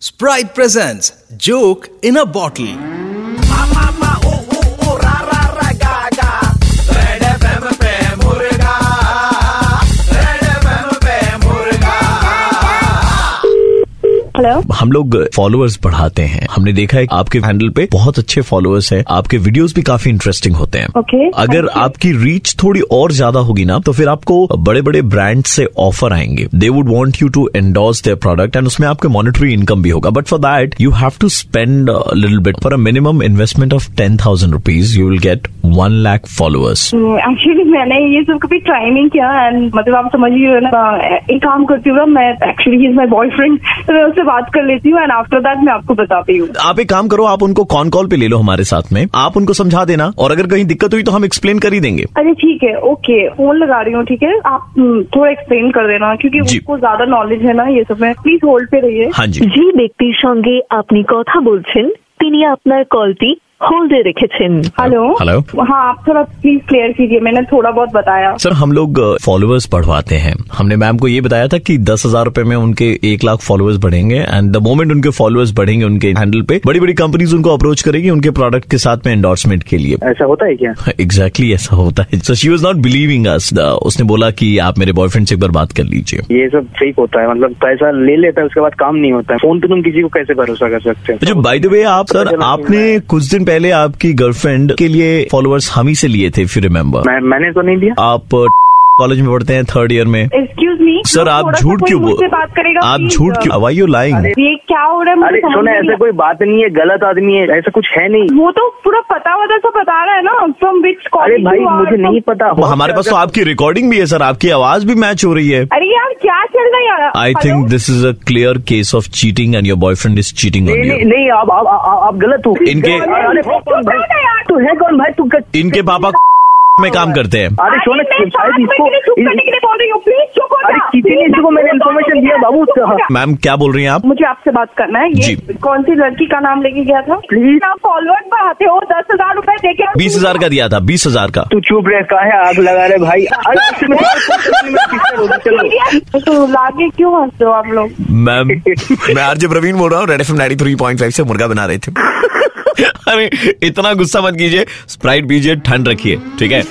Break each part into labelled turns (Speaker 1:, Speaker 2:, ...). Speaker 1: Sprite presents Joke in a Bottle.
Speaker 2: Hello
Speaker 3: हम लोग followers बढ़ाते हैं हमने देखा है कि आपके हैंडल पे बहुत अच्छे फॉलोअर्स हैं आपके वीडियोस भी काफी इंटरेस्टिंग होते हैं
Speaker 2: Okay,
Speaker 3: अगर
Speaker 2: thank you.
Speaker 3: आपकी रीच थोड़ी और ज्यादा होगी ना तो फिर आपको बड़े बड़े ब्रांड से ऑफर आएंगे they would want you to endorse their product and उसमें आपके मॉनिटरी इनकम भी होगा but for that you have to spend little bit for a minimum investment of ten thousand rupees you will get one lakh followers
Speaker 2: actually Uh, मैंने ये सब कभी try नहीं किया एंड मतलब आप समझ ही रहे हो ना एक काम करती हूँ ना, मैं actually he is my boyfriend तो मैं उससे बात कर लेती हूँ एंड आफ्टर दैट मैं आपको बताती हूँ
Speaker 3: आप एक काम करो आप उनको कॉन कॉल पे ले लो हमारे साथ में आप उनको समझा देना और अगर कहीं दिक्कत हुई तो हम एक्सप्लेन कर ही देंगे
Speaker 2: अरे ठीक है ओके फोन लगा रही हूँ ठीक है आप हम्म, थोड़ा एक्सप्लेन कर देना क्योंकि
Speaker 3: जी।
Speaker 2: उसको ज्यादा नॉलेज है ना ये सब में प्लीज होल्ड पे रहिए
Speaker 3: हाँ जी
Speaker 4: যে ব্যক্তির সঙ্গে আপনি কথা বলছেন তিনি আপনার কলটি হোল্ডে রেখেছেন
Speaker 2: हेलो
Speaker 3: हेलो।
Speaker 2: हाँ आप थोड़ा प्लीज क्लियर कीजिए मैंने थोड़ा बहुत बताया
Speaker 3: सर हम लोग फॉलोअर्स बढ़वाते हैं हमने मैम को ये बताया था कि दस हजार रूपए में उनके एक लाख फॉलोअर्स बढ़ेंगे एंड द मोमेंट उनके फॉलोअर्स बढ़ेंगे उनके हैंडल पे बड़ी बड़ी कंपनीज उनको अप्रोच करेगी उनके प्रोडक्ट के साथ में एंडोर्समेंट के लिए
Speaker 5: ऐसा होता है क्या
Speaker 3: एग्जैक्टली exactly ऐसा होता है so she was not believing us उसने बोला कि आप मेरे बॉयफ्रेंड से एक बार बात कर लीजिए
Speaker 5: ये सब फेक होता है मतलब पैसा ले लेता है उसके बाद काम नहीं होता है फोन पे तुम किसी को कैसे भरोसा कर सकते हो
Speaker 3: अच्छा बाय द वे आप सर आपने कुछ दिन पहले आपकी गर्लफ्रेंड के लिए फॉलोअर्स हम ही से लिए थे फिर रिमेम्बर
Speaker 5: मैं मैंने तो नहीं दिया
Speaker 3: आप कॉलेज में पढ़ते हैं थर्ड ईयर में
Speaker 2: एक्सक्यूज मी
Speaker 3: सर आप झूठ क्यों बोल
Speaker 2: बात करेगा
Speaker 3: आप
Speaker 2: please?
Speaker 3: झूठ क्यों वाई यू लाइंग
Speaker 2: ये क्या हो रहा है मुझे
Speaker 5: अरे
Speaker 2: समझ
Speaker 5: सुनो
Speaker 2: में नहीं
Speaker 5: ऐसा
Speaker 2: आ-
Speaker 5: कोई बात नहीं है गलत आदमी है ऐसा कुछ है नहीं
Speaker 2: वो तो पूरा पता वता सब बता रहा है ना फ्रॉम विच
Speaker 5: अरे
Speaker 2: कॉलेज
Speaker 5: भाई मुझे नहीं पता
Speaker 3: वो हमारे पास तो आपकी रिकॉर्डिंग भी है सर आपकी आवाज भी मैच हो रही है
Speaker 2: अरे यार क्या चल रहा है यार
Speaker 3: I think this is a clear case of cheating and your boyfriend is cheating on
Speaker 5: नहीं नहीं,
Speaker 3: यू
Speaker 5: नहीं आप आप आप- आप गलत हो
Speaker 3: इनके-
Speaker 5: अरे कौन भाई? तू है कौन भाई तू क-
Speaker 3: इनके पापा में काम करते हैं
Speaker 5: अरे सुनो शायद इसको इस- अरे किसी ने इसको मैंने इन्फॉर्मेशन दिया बाबू हाँ। उसका
Speaker 3: मैम क्या बोल रही हैं आप
Speaker 2: मुझे आपसे बात करना है ये
Speaker 3: जी।
Speaker 2: कौन सी लड़की का नाम लेके गया था
Speaker 5: Please.
Speaker 2: आप फॉलोअर्स बढ़ाते हो दस हजार रूपए देके
Speaker 3: बीस हजार का दिया था बीस हजार का
Speaker 5: तू चुप रह का है आग लगा रहे भाई अरे इसमें- इसमें किसका रोल है? चलो
Speaker 2: तो लागे क्यों हंसते हो आप लोग
Speaker 3: मैम मैं आरजे प्रवीण बोल रहा हूँ red F nine three point five से मुर्गा बना रहे थे अरे इतना गुस्सा मत कीजिए स्प्राइट पीजिए ठंड रखिए ठीक है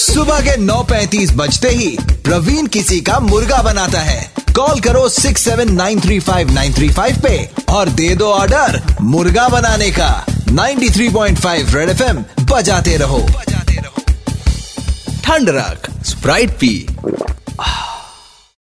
Speaker 6: सुबह के 9:35 बजते ही प्रवीण किसी का मुर्गा बनाता है कॉल करो 6793593 पे और दे दो ऑर्डर मुर्गा बनाने का 93.5 रेड एफएम बजाते रहो
Speaker 1: ठंड रख स्प्राइट पी